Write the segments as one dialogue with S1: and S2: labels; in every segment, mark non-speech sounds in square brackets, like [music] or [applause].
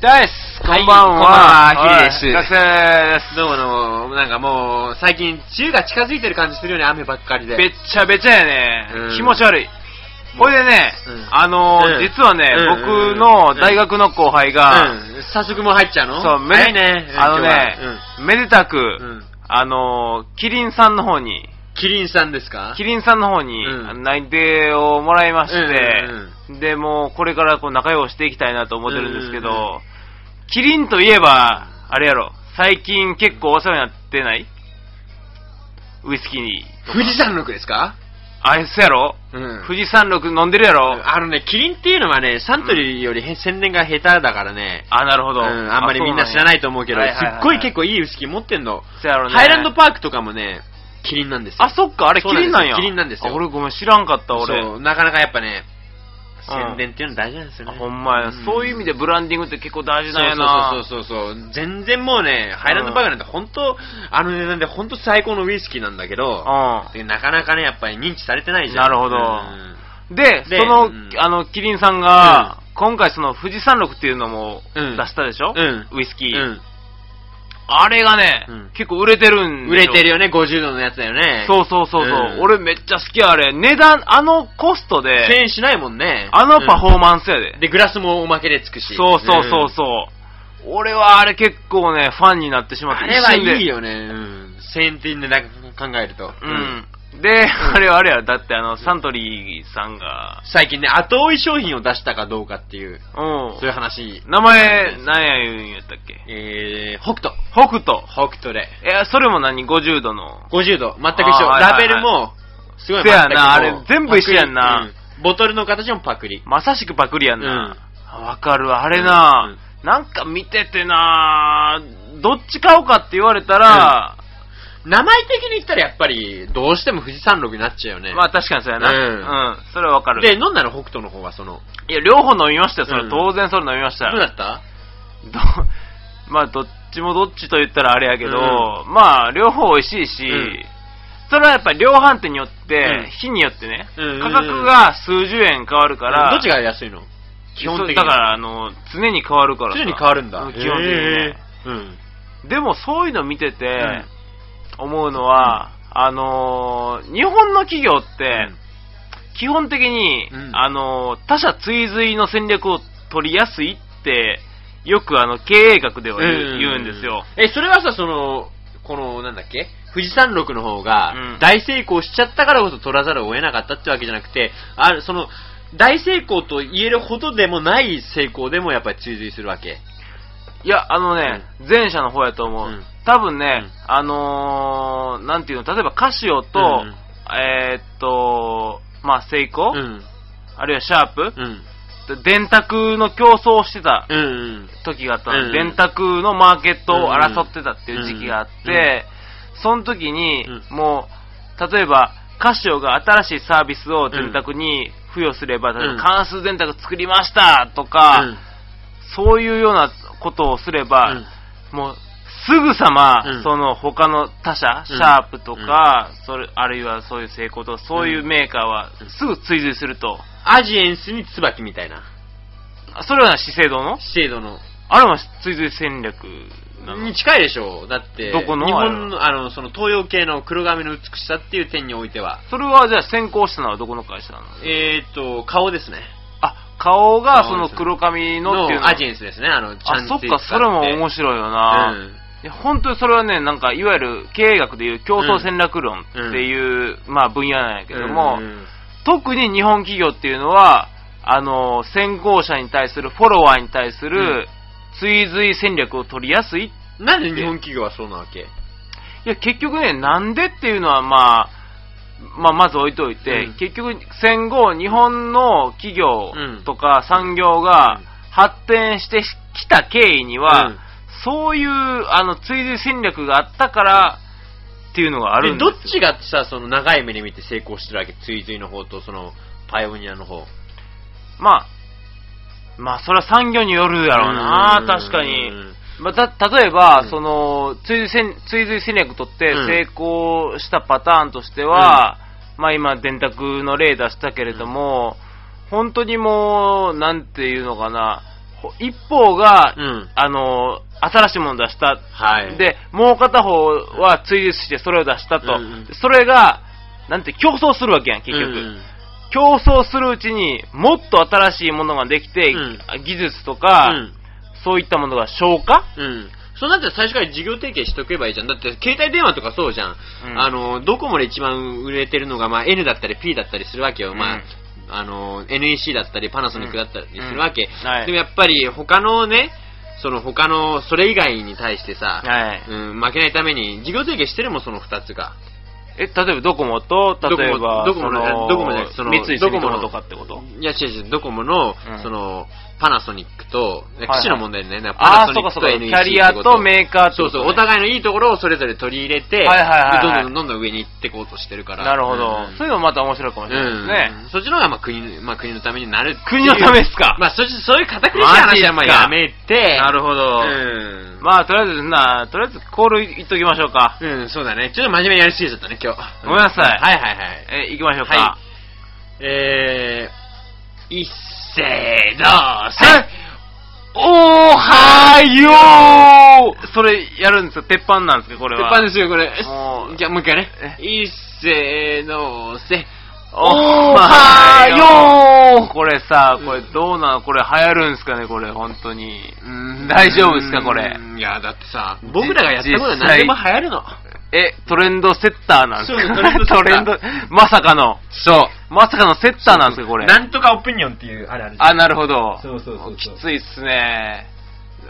S1: です
S2: はい
S1: こんばんは。
S2: こんばんはヒデです
S1: 学生です。
S2: どうもどうも、なんかもう、最近、梅雨が近づいてる感じするよね、雨ばっかりで。
S1: べっちゃべちゃやね
S2: う。ん
S1: 気持ち悪い。これでね
S2: うん、
S1: あのー
S2: うん
S1: 実はね、
S2: うん
S1: 僕の大学の後輩が、
S2: うん。早速もう入っちゃうの
S1: そう、め
S2: 早い
S1: で
S2: ね。うん
S1: あのね
S2: 今日は、
S1: めでたく、
S2: うん。うん。
S1: あのーキリンさんの方に、
S2: キリンさんですか
S1: キリンさんの方に
S2: うん
S1: 内定をもらいまし
S2: うん
S1: て
S2: うん、
S1: で、もうこれからこう仲良くしていきたいなと思ってるんですけ
S2: うんう
S1: ど、キリンといえば、あれやろ、最近結構お世話になってないウイスキーに。
S2: 富士山麓ですか
S1: あれっすやろ
S2: うん
S1: 富士山麓飲んでるやろ
S2: あのね、キリンっていうのはね、サントリーよりへ宣伝が下手だからね。
S1: あ、なるほ
S2: うん、
S1: ど。
S2: あんまりみんな知らないと思うけど、
S1: は
S2: す
S1: いはいはいはい
S2: っごい結構いいウイスキー持ってんの。
S1: そうなんや。そうやろね。
S2: ハイランドパークとかもね、キリンなんですよ。
S1: あ、そっか、あれキ
S2: そうなんで
S1: リン
S2: すよ
S1: なんや。
S2: キリンなんですよ
S1: あ俺ごめん、知らんかった、
S2: そ
S1: 俺。
S2: う、なかなかやっぱね、
S1: うん
S2: 宣伝っていうの大事なんですよ
S1: あ
S2: ね。
S1: ほんまや、
S2: ん
S1: そういう意味でブランディングって結構大事なんやな。
S2: そうそうそうそうそう全然もうね、ハイランドバーガーなんて本当、あの値段で本当最高のウイスキーなんだけど、
S1: うん。
S2: でなかなかね、やっぱり認知されてないじゃん。
S1: なるほど
S2: うん
S1: で、
S2: で
S1: その、
S2: うん
S1: あの、キリンさんが、今回その、富士山麓っていうのも出
S2: うん
S1: したでしょ、
S2: うん
S1: ウイスキ
S2: う
S1: ー、
S2: ん
S1: あれがね、
S2: うん
S1: 結構売れてるん
S2: 売
S1: でし
S2: れ
S1: ょ
S2: てるよね、50度のやつだよね。
S1: そうそうそうそう、
S2: うん
S1: 俺めっちゃ好きやあれ。値段、あのコスト
S2: 1000
S1: で、
S2: 円しないもんね。
S1: あのパフォーマンスやで。
S2: うんで、グラスもおまけでつくし。
S1: そうそうそうそう、俺はあれ結構ね、ファンになってし
S2: うん
S1: まっ
S2: あ
S1: て。
S2: れはいい
S1: よ。
S2: よね。うん。1000円って値段考えると。
S1: うん。で、あれはあれや。だってあの、サントリーさんが、
S2: 最近ね、後追い商品を出したかどうかっていう、
S1: うん
S2: そういう話。
S1: 名前、なんや言うんやったっけ
S2: えー、北斗。
S1: 北斗。
S2: 北斗で。
S1: いや、それも何 ?50 度の。
S2: 50度、全く一
S1: あ
S2: 緒。
S1: ーはいはい
S2: ラ
S1: はい
S2: ベルも、すごい
S1: せやな
S2: 全くもう
S1: あれ全部一緒やんな
S2: パクリうんボトルの形もパクリ。
S1: まさしくパクリやんな。わ、かるわ、あれ
S2: う
S1: な、
S2: ん
S1: なんか見ててな、どっち買おうかって言われたら、
S2: 名前的に言ったらやっぱり、どうしても富士山麓になっちゃうよね。
S1: まあ確かにそうやな。う
S2: うん
S1: ん、それはわかる。
S2: で、飲んだの北斗の方はその、
S1: いや、両方飲みましたよ、それ、
S2: うん
S1: 当然それ飲みました
S2: ど
S1: よ
S2: うだった
S1: ど [laughs] まあ、どっちもどっちと言ったらあれやけど、
S2: う
S1: まあ、両方美味しいし、
S2: うん
S1: それはやっぱり量販店によって、
S2: うん
S1: 日によってね、
S2: うん
S1: 価格が数十円変わるから、
S2: どっちが安いの基本的に。
S1: そうだから、あの、常に変わるからさ
S2: 徐々に変わるんだ。
S1: うん基本的にね
S2: へ。ーうん。
S1: でもそういうの見てて
S2: ん、
S1: 思うのは、あのー日本の企業って、基本的に、
S2: うん
S1: あのー他社追随の戦略を取りやすいって、よくあの、経営学では言う,、ん、言うんですよ。。
S2: え、それはさ、その、この、なんだっけ富士山麓の方
S1: うん
S2: が、大成功しちゃったからこそ取らざるを得なかったってわけじゃなくて、あその、大成功と言えるほどでもない成功でもやっぱり追随するわけ。
S1: いや、あのね、前者の方やと思う。
S2: うん
S1: 多分ね、あのーなんていうの、例えばカシオと、
S2: うん
S1: えーっと、まあ、セイコー、
S2: うん。
S1: あるいはシャープ、
S2: うん。
S1: 電卓の競争をしてた
S2: うんうん。
S1: 時があったの、
S2: うん
S1: 電卓のマーケットを争ってたっていう時期があって、
S2: うんうん
S1: その時に、
S2: う
S1: もう、例えば、カシオが新しいサービスを電卓に付与すれば、例えば
S2: うん
S1: 関数電卓作りましたとか、そういうようなことをすれば、
S2: うん
S1: もう、すぐさま、
S2: うん
S1: その他の他社、
S2: うん
S1: シャープとか、それ、あるいはそういう成功とか、そういうメーカーは
S2: うん
S1: すぐ追随すると。
S2: アジエンスに椿みたいな。
S1: それは資生堂の
S2: 資生堂の。
S1: あれも追随戦略なの
S2: に近いでしょうだって、
S1: どこの
S2: 日本の、あの、その東洋系の黒髪の美しさっていう点においては、
S1: それはじゃあ先行したのはどこの会社なの
S2: えーっと、顔ですね。
S1: あ、顔がそ
S2: そうで
S1: の
S2: す
S1: 黒髪のっていうの
S2: のアジエンスですね、あの、ちゃ
S1: あ、
S2: ん
S1: そっか、それも面
S2: 白
S1: 白いよな、いや本当にそれはね、なんか、いわゆる経営学でいう競争戦略論っていう、まあ分野なんやけども、特に日本企業っていうのは、あの、先行者に対する、フォロワーに対する、追随戦略を取りやすい。い
S2: なんで日本企業はそうなわけ
S1: や、結局ね、なんでっていうのは、まあ、まあ、まず置いといて、
S2: うん
S1: 結局、戦後、日本の企業とか産業が
S2: うん
S1: 発展してきた経緯には、
S2: うん
S1: そういう、あの、追随戦略があったから、っていうのがあるん
S2: で
S1: です
S2: ど
S1: よ。
S2: っちがさ、その長い目で見て成功してるわけ追随の方と、その、パイオニアの方。
S1: まあ、まあ、それは産業によるやろうな
S2: う、ん
S1: 確かに
S2: うん。
S1: まあ、た、例えば、
S2: うん
S1: その、追随戦、追随戦略とって
S2: うん
S1: 成功したパターンとしては、まあ今、電卓の例出したけれども、本当にもう、なんていうのかな、ほ一方が、
S2: うん
S1: あの新しいものを出した、
S2: はい。、
S1: でもう片方は追随してそれを出したと、
S2: うんうん
S1: それがなんて競争するわけやん結局、競争するうちにもっと新しいものができて、
S2: うん
S1: 技術と
S2: う
S1: か、
S2: ん。
S1: そういったものが消化
S2: うん。そうなったら最初から事業提携しとけばいいじゃん。だって携帯電話とかそうじゃん。
S1: うん
S2: あの、ドコモで一番売れてるのが、まあ、N だったり P だったりするわけよ。まあ
S1: うん、
S2: あの、NEC だったりパナソニックだったりするわけ。
S1: うんはい
S2: でもやっぱり他のね、その他の、それ以外に対してさ、
S1: はい
S2: うん、負けないために、事業提携してるもん、その二つが。
S1: え例えばドコモと例えば
S2: ドコモ
S1: その
S2: ドコモじゃなくてその
S1: 三井住
S2: ドコモ
S1: 友
S2: の
S1: とかってこと
S2: いや、違う違う、ドコモの、
S1: うん
S2: その、パナソニックと、
S1: いはい
S2: 機種の問題だよね。
S1: あ
S2: パ
S1: あ
S2: ナ
S1: ー、そうかそう
S2: ソニックと
S1: か。キ
S2: NEC
S1: ャリア
S2: ってこと
S1: メーカーって
S2: そ
S1: こ
S2: う
S1: と
S2: そ
S1: ね
S2: う、お互いのいいところをそれぞれ取り入れ
S1: は
S2: て、
S1: いはいはいはい
S2: でどんどんどんどん上に行ってこうとしてるから。
S1: なるほど、
S2: うん
S1: そういうのまた面白いかもしれないですね。
S2: うんそっちの方がまあ国,、まあ、国のためになるっていう
S1: 国のためっすか
S2: まあそっちそういう堅苦しい話はまあやめて
S1: なるほど、
S2: うん、
S1: まあ、とりあえずな、とりあえずコールいっときましょうか。
S2: うん、そうだねちょっと真面目にやりすぎちゃったね今日
S1: ごめんなさい
S2: はいはいはい
S1: え、行きましょうか。
S2: はえー、一斉どう
S1: はいおはようそれやるんですよ。鉄板なんですか、これ
S2: 鉄
S1: は。
S2: 板ですよ、これ。
S1: もう
S2: じゃあ、もう一回ね
S1: え。
S2: いっせーのーせ。
S1: おはようこれさ、これどうなのこれ流行るんですかね、これ、本当に。大丈夫ですかこれ
S2: うんいや、だってさ、僕らがやったことは何でも流行るの。
S1: え、トレンドセッターなんです
S2: そう
S1: か
S2: トレンドセッタ
S1: [laughs]
S2: ー
S1: トレンドまさかの、
S2: そう。
S1: まさかのセッターなんですか、これ。
S2: なんとかオピニオンっていう、あれあるじゃん
S1: あ、なるほど。
S2: そうそうそうそう
S1: きついっすね。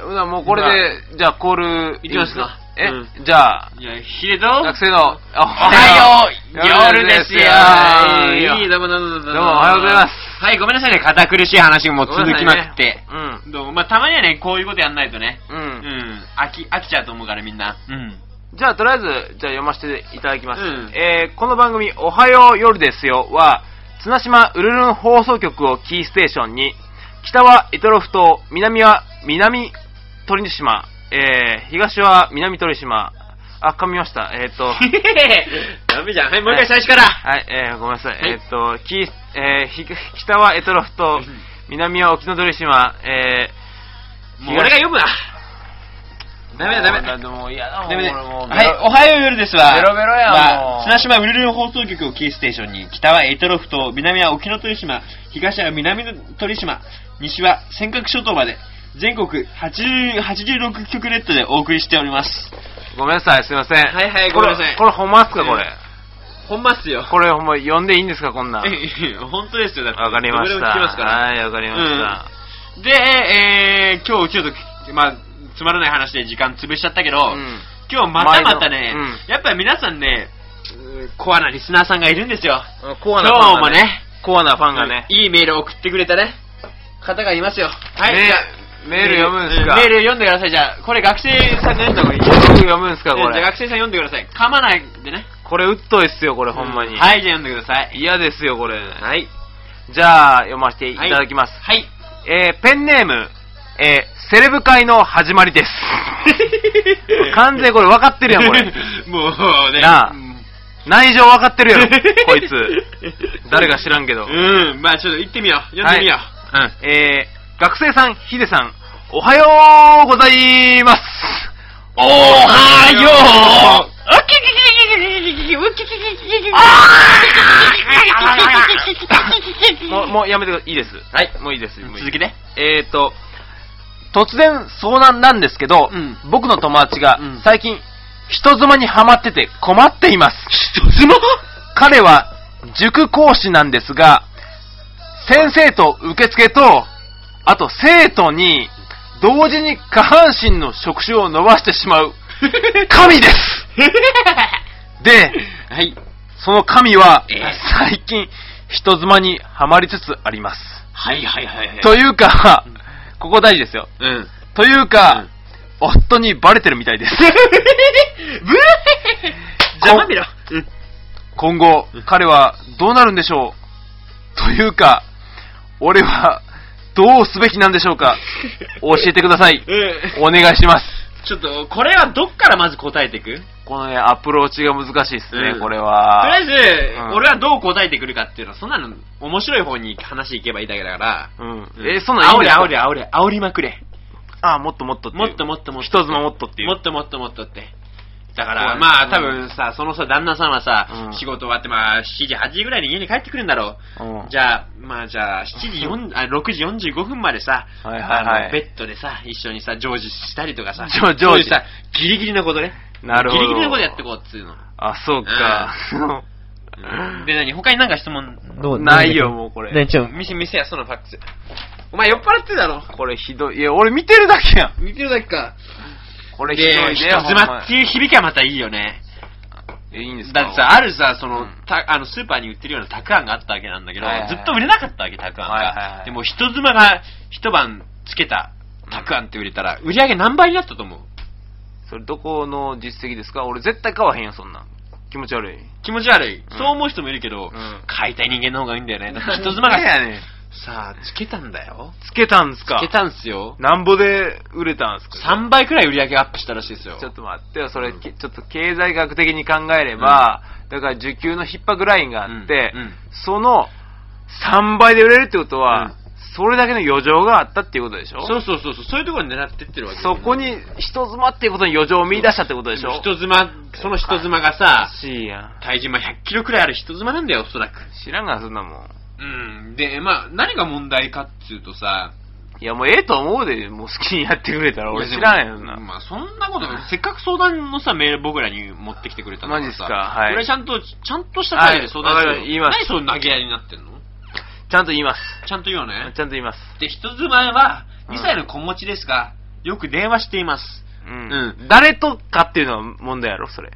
S1: ほなもうこれで、じゃあコール。
S2: いきますか
S1: え、
S2: う
S1: じゃあ、
S2: いや、ヒデと、
S1: 学生の、お
S2: おはよう
S1: 夜
S2: 夜
S1: で
S2: ですす
S1: よ
S2: よ
S1: いい
S2: どうもどうもどうもど
S1: どうもおはようございます
S2: はい、ごめんなさいね、堅苦しい話も続きまくって。
S1: うん。
S2: どうも、まあたまにはね、こういうことやんないとね。
S1: う。
S2: うんん、飽き、飽きちゃうと思うからみんな。うん。
S1: じゃあ、とりあえず、じゃあ読ませていただきます。
S2: うん
S1: えーこの番組、おはよう夜ですよは、綱島うるるの放送局をキーステーションに、北は択トロフ島、南は南鳥島、えー東は南鳥島、あ、噛みました。えっ、
S2: [laughs]
S1: と、
S2: ダメじゃん。はい、もう一回最初から。
S1: はい、えー、ごめんなさい。
S2: はい
S1: えーっと、キーえーひ北はエトロフ島
S2: うん、
S1: 南は沖ノ鳥島、え
S2: もう俺が読むな。
S1: ー、
S2: ダメだダメだ。
S1: だ。もう嫌だもん、
S2: ダメだ。
S1: 俺もう
S2: はい、おはよう夜ですわ。
S1: ベロベロやんも
S2: ま
S1: う
S2: あ、綱島ウルルン放送局をキーステーションに、北はエトロフ島、南は沖ノ鳥島、東は南の鳥島、西は尖閣諸島まで、全国80 86局ネットでお送りしております。
S1: ごめんなさい、すいません。
S2: はいはい
S1: これ
S2: ごめんなさい
S1: これ、ほんまっすか、これ。
S2: ほんまっすよ。
S1: これ、ほんま、呼んでいいんですか、こんなん。
S2: 本当ですよ、だ
S1: わかりました。はい、わかりました。
S2: で、えー、今日ちょっと、まあ、つまらない話で時間潰しちゃったけど、
S1: うん
S2: 今日またまたね、
S1: 毎度
S2: やっぱり皆さんね、うんコアなリスナーさんがいるんですよ。
S1: コ
S2: 今
S1: アなファン
S2: 日
S1: が
S2: も
S1: ね、
S2: ね、
S1: コアなファンがね。
S2: いいメールを送ってくれたね、方がいますよ。はい、
S1: メ
S2: じゃあ
S1: メール読むんですか
S2: メール読んでください。じゃあ、これ学生さんが読んだ方がいい。
S1: 読むんすか、こ
S2: じゃあ
S1: れ。
S2: 学生さん読んでください。噛まないでね。
S1: これ、うっといっすよ、これ、ほんまに。
S2: はい、じゃあ読んでください。
S1: 嫌ですよ、これ。
S2: はい。
S1: じゃあ、読ませていただきます。
S2: はい。
S1: えーペンネーム、えーセレブ会の始まりです。完全にこれ分かってるやん、こ
S2: [laughs]
S1: れ。
S2: もうね。
S1: なあ
S2: うん
S1: 内情分かってるやろ、こ
S2: [laughs]
S1: いつ。誰か知らんけど。
S2: うん、まあちょっと行ってみよう。読んでみよう。うん。
S1: えー学生さん、ヒデさん、おはようございます。
S2: おはよう
S1: もう、もうやめてくだいいです。はい。もういいです。もういい
S2: 続きね。
S1: えーと、突然遭難なんですけど、
S2: うん
S1: 僕の友達が
S2: うん
S1: 最近、人妻にハマってて困っています。
S2: 人妻
S1: 彼は塾講師なんですが、先生と受付と、あと生徒に、同時に下半身の触手を伸ばしてしまう、神ですで、
S2: はい。
S1: その神は
S2: ええ、
S1: 最近、人妻にはまりつつあります。
S2: はいはいはいはい。
S1: というか、ここ大事ですよ。
S2: うん。
S1: というか、夫にバレてるみたい
S2: [laughs]
S1: です。
S2: ブ邪魔見ろ。うん。
S1: 今後
S2: うん、
S1: 彼はどうなるんでしょうというか、俺はどうすべきなんでしょう
S2: [laughs]
S1: か教えてください。
S2: うん。
S1: お願いします。
S2: ちょっと、これはどっからまず答えていく
S1: このね、アプローチが難しいですね、
S2: うん
S1: これ
S2: とりあ
S1: は。
S2: えず、
S1: うん
S2: 俺はどう答えてくるかっていうのは、そんなの面白い方に話いけばいいだけだから、
S1: うん。え、そんなんいいんです
S2: 煽れ煽れ煽れ、煽りまくれ。
S1: あ、もっともっとっていう
S2: もっともっともっと。
S1: 一つのもっとっていう
S2: もっともっともっとって。だから、
S1: そう
S2: まあ
S1: うん
S2: 多分さ、そのさ、旦那さんはさ、
S1: うん
S2: 仕事終わってまあ7時、8時ぐらいに家に帰ってくるんだろ
S1: うん
S2: う。じゃあ、まあじゃあ、7時4、あ6時45分までさ、
S1: はいはいはい
S2: あのベッドでさ、一緒にさ、常時したり
S1: [laughs]
S2: とかさ、
S1: 常時
S2: そういうさ、ギリギリなことね。
S1: なるほど
S2: ギリギリなことやってこうっつうの。
S1: あ、そうか。
S2: うんで、何他になんか質問、
S3: どう
S1: [laughs] ないよ、もうこ
S3: ね、
S1: れ。
S3: ちょ、
S2: 店、店や、そのファックス。お前酔っ払ってるだろ。
S1: これひどい。いや、俺見てるだけやん。
S2: 見てるだけか。
S1: これひどい
S2: で、
S1: ね。
S2: 人
S1: ほん
S2: 妻
S1: ま
S2: っていう響きはまたいいよね。
S1: えいいんですか
S2: だってさ、あるさ、その、
S1: うん
S2: たあのスーパーに売ってるようなたくあんがあったわけなんだけど、
S1: はいはい
S2: ずっと売れなかったわけ、たくあんが。
S1: はいはいはい
S2: でも、人妻が一晩つけたたくあんって売れたら、売り上げ何倍になったと思う
S1: それどこの実績ですか俺絶対買わへんよ、そんなん。気持ち悪い。
S2: 気持ち悪い、
S1: うん
S2: そう思う人もいるけ
S1: う
S2: ど、
S1: ん
S2: 買いたい人間の方がいいんだよ
S1: [laughs]
S2: ね。だって人妻
S1: な
S2: が
S1: んでやねん
S2: さあ、つけたんだよ。
S1: つけたんすか
S2: つけたんすよ。
S1: なんぼで売れたんすか
S2: 3倍くらい売り上げアップしたらしいですよ。
S1: ちょっと待ってよ、それ、けちょっと経済学的に考えれば、だから受給の逼迫ラインがあって、
S2: うんうん
S1: その3倍で売れるってことは、
S2: うん
S1: それだけの余剰があったっていうことでしょ
S2: そうそうそうそう、そういうところに狙ってってるわけだよ
S1: そ
S2: ね
S1: こに人妻っていうことに余剰を見出したってことでしょ
S2: 人妻、その人妻がさ、
S1: おかしいやん。
S2: 体重まあ100キロくらいある人妻なんだよ、おそらく。
S1: 知らんがなそんなもん。
S2: うん。で、まあ、何が問題かっていうとさ、
S1: いや、もうええと思うで、もう好きにやってくれたら。俺知らんよ、そんな。
S2: まあ、そんなことない、せっかく相談のさ、メール僕らに持ってきてくれたんだら
S1: マジっす
S2: さ
S1: かはい
S2: 俺ちゃんと、ちゃんとした態度で相談し
S1: はいわか
S2: て
S1: る言います
S2: 何そういう投げやりになってんの
S1: ちゃんと言います。
S2: ちゃんと言うよね
S1: ち。ゃんと言います。
S2: で、人妻は、
S1: うん
S2: 2歳の子持ちですが、よく電話しています。
S1: うん。
S2: う
S1: 誰とかっていうのは問題やろ、それ。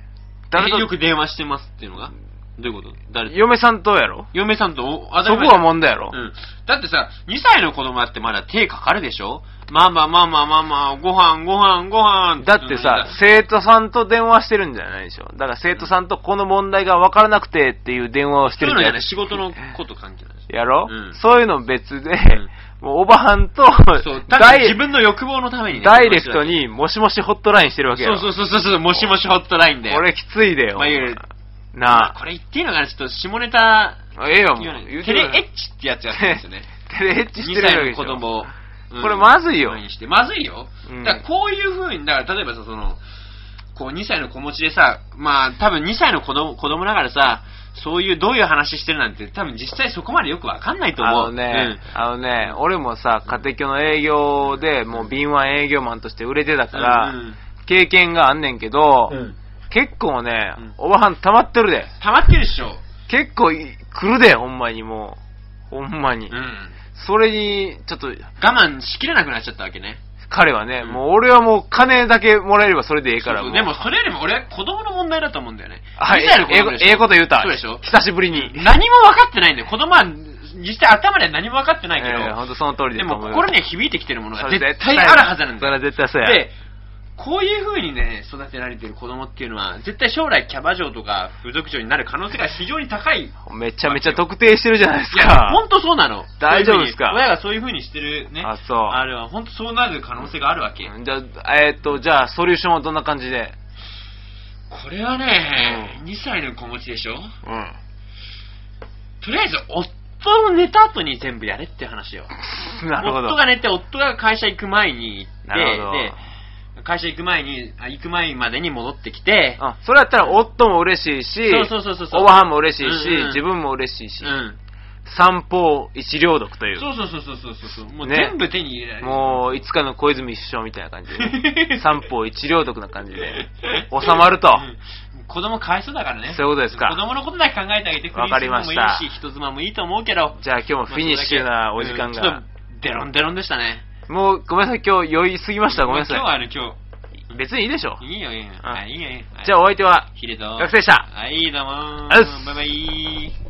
S1: 誰
S2: え
S1: と
S2: よく電話してますっていうのがどういうこと誰と
S1: 嫁さんとやろ
S2: 嫁さんとお、あ
S1: そこは
S2: も
S1: 問題やろ、
S2: うん。だってさ、2歳の子供だってまだ手かかるでしょまあまあまあまあまあまあ、ご飯ご飯ご飯
S1: だってさ、
S2: うん
S1: 生徒さんと電話してるんじゃないでしょ。だから生徒さんとこの問題が分からなくてっていう電話をして
S2: そうい
S1: る
S2: うんの
S1: じ
S2: じ
S1: ゃ
S2: ゃ
S1: な
S2: ないい仕事のこと関係ないでし
S1: やろ、
S2: うん
S1: そういうの別で、
S2: う
S1: もうおばはんと
S2: ょ。そう、ただ
S1: ダイ
S2: 自分の欲望のためにね。
S1: ダイレクトにもしもしホットラインしてるわ
S2: こっ
S1: け
S2: ち
S1: や
S2: だ
S1: ろ。
S2: け。そうそうそうそう、もしもしホットラインで。
S1: これきついでよ。
S2: まあいわゆるまあ
S1: な
S2: これ言っていいのかなちょっと下ネタ
S1: あ。ええよ、もう
S2: 言わない。。
S1: 言うて
S2: テ
S1: く
S2: レ
S1: だ
S2: エ
S1: さい
S2: ッチってやつやってるんですよ [laughs] ね。
S1: テレエッチして
S2: 2
S1: るわけ
S2: 歳
S1: で
S2: の
S1: しょ
S2: 子供を、うん
S1: これまずいよ
S2: 前にしてまずいよ、
S1: うん
S2: だからこういうふうにだから例えばさそのこう2歳の子持ちでさまあ多分2歳の子供子供ながらさそういうどういう話してるなんて多分実際そこまでよくわかんないと
S1: あ
S2: 思う
S1: のね、あのね、俺もさ、家庭教の営業で、もう敏腕営業マンとして売れてた
S2: うん
S1: から、
S2: うん
S1: 経験があんねんけど、
S2: うん
S1: 結構ね、
S2: うん
S1: おばはん溜まってるで。
S2: 溜まってるでしょ
S1: 結構い来るで、ほんまにもう。ほんまに。
S2: うん
S1: それに、ちょっと、
S2: 我慢しきれなくなっちゃったわけね
S1: 彼はね、
S2: うん
S1: もう俺はもう金だけもらえればそれでええから。
S2: そうそう
S1: う
S2: でも、それよりも俺は子供の問題だと思うんだよね
S1: はい、
S2: 2歳の子
S1: ええ
S2: 供
S1: こ
S2: でしょ
S1: ええこと言うた。
S2: そうでしょ
S1: 久しぶりに。
S2: 何も分かってないんだよ子供は実際頭では何も分かってないけど、
S1: ええ本当その通り
S2: で
S1: だと
S2: も
S1: 思うよ
S2: 心には響いてきてるもの
S1: そ
S2: が
S1: れ
S2: 絶対あるはずなん
S1: それは
S2: だよ。
S1: 絶対そうや。
S2: で、こういう風にね、育てられてる子供っていうのは、絶対将来キャバ嬢とか風俗嬢になる可能性が非常に高い。い
S1: めちゃめちゃ特定してるじゃないです
S2: や、ほ
S1: か。
S2: んとそうなの。
S1: 大丈夫ですか
S2: そういう風に親がそういう風にしてるね。
S1: あそう
S2: あれは、ほんとそうなる可能性があるわけ。
S1: じゃあ、えーっと、じゃあ、ソリューションはどんな感じで
S2: これはね、2歳の子持ちでしょ
S1: うん。
S2: とりあえず、夫の寝た後に全部やれって話よ。
S1: [laughs] なるほど。
S2: 夫が寝て、夫が会社行く前に行
S1: なるほど
S2: って、で、会社行く前に、あ行く前までに戻ってきて、
S1: あそれやったら夫も嬉しいし、
S2: そうそうそうそう
S1: おばはんも嬉しいし、
S2: うんうん
S1: 自分も嬉しいし、
S2: うん。
S1: 三方一両読という。
S2: そうそうそうそうそうそうそう。もう
S1: ね
S2: 全部手に入れられる。
S1: もう、いつかの小泉首相みたいな感じ
S2: [laughs]
S1: で、ね、三方一両読な感じで、収まると。
S2: うん子供かわいそうだからね。
S1: そういうことですか
S2: 子供のことだけ考えてあげてくれ
S1: わかりました
S2: もいいし、人妻もいいと思うけど。
S1: じゃあ今日もフィニッシュなお時間
S2: うんちょ
S1: が
S2: っ。とデロンデロンでしたね。
S1: もう、ごめんなさい、今日酔いすぎました。ごめんなさ。
S2: もう今日はいあの今
S1: 別にいいでしょ
S2: 日、。いいよいいよ。
S1: あ
S2: はいいいよいいよ。
S1: じゃあお
S2: あ、
S1: 相手は、
S2: ヒデと。
S1: 学生でした
S2: はい、どうも
S1: あっす
S2: ー。バイバイ。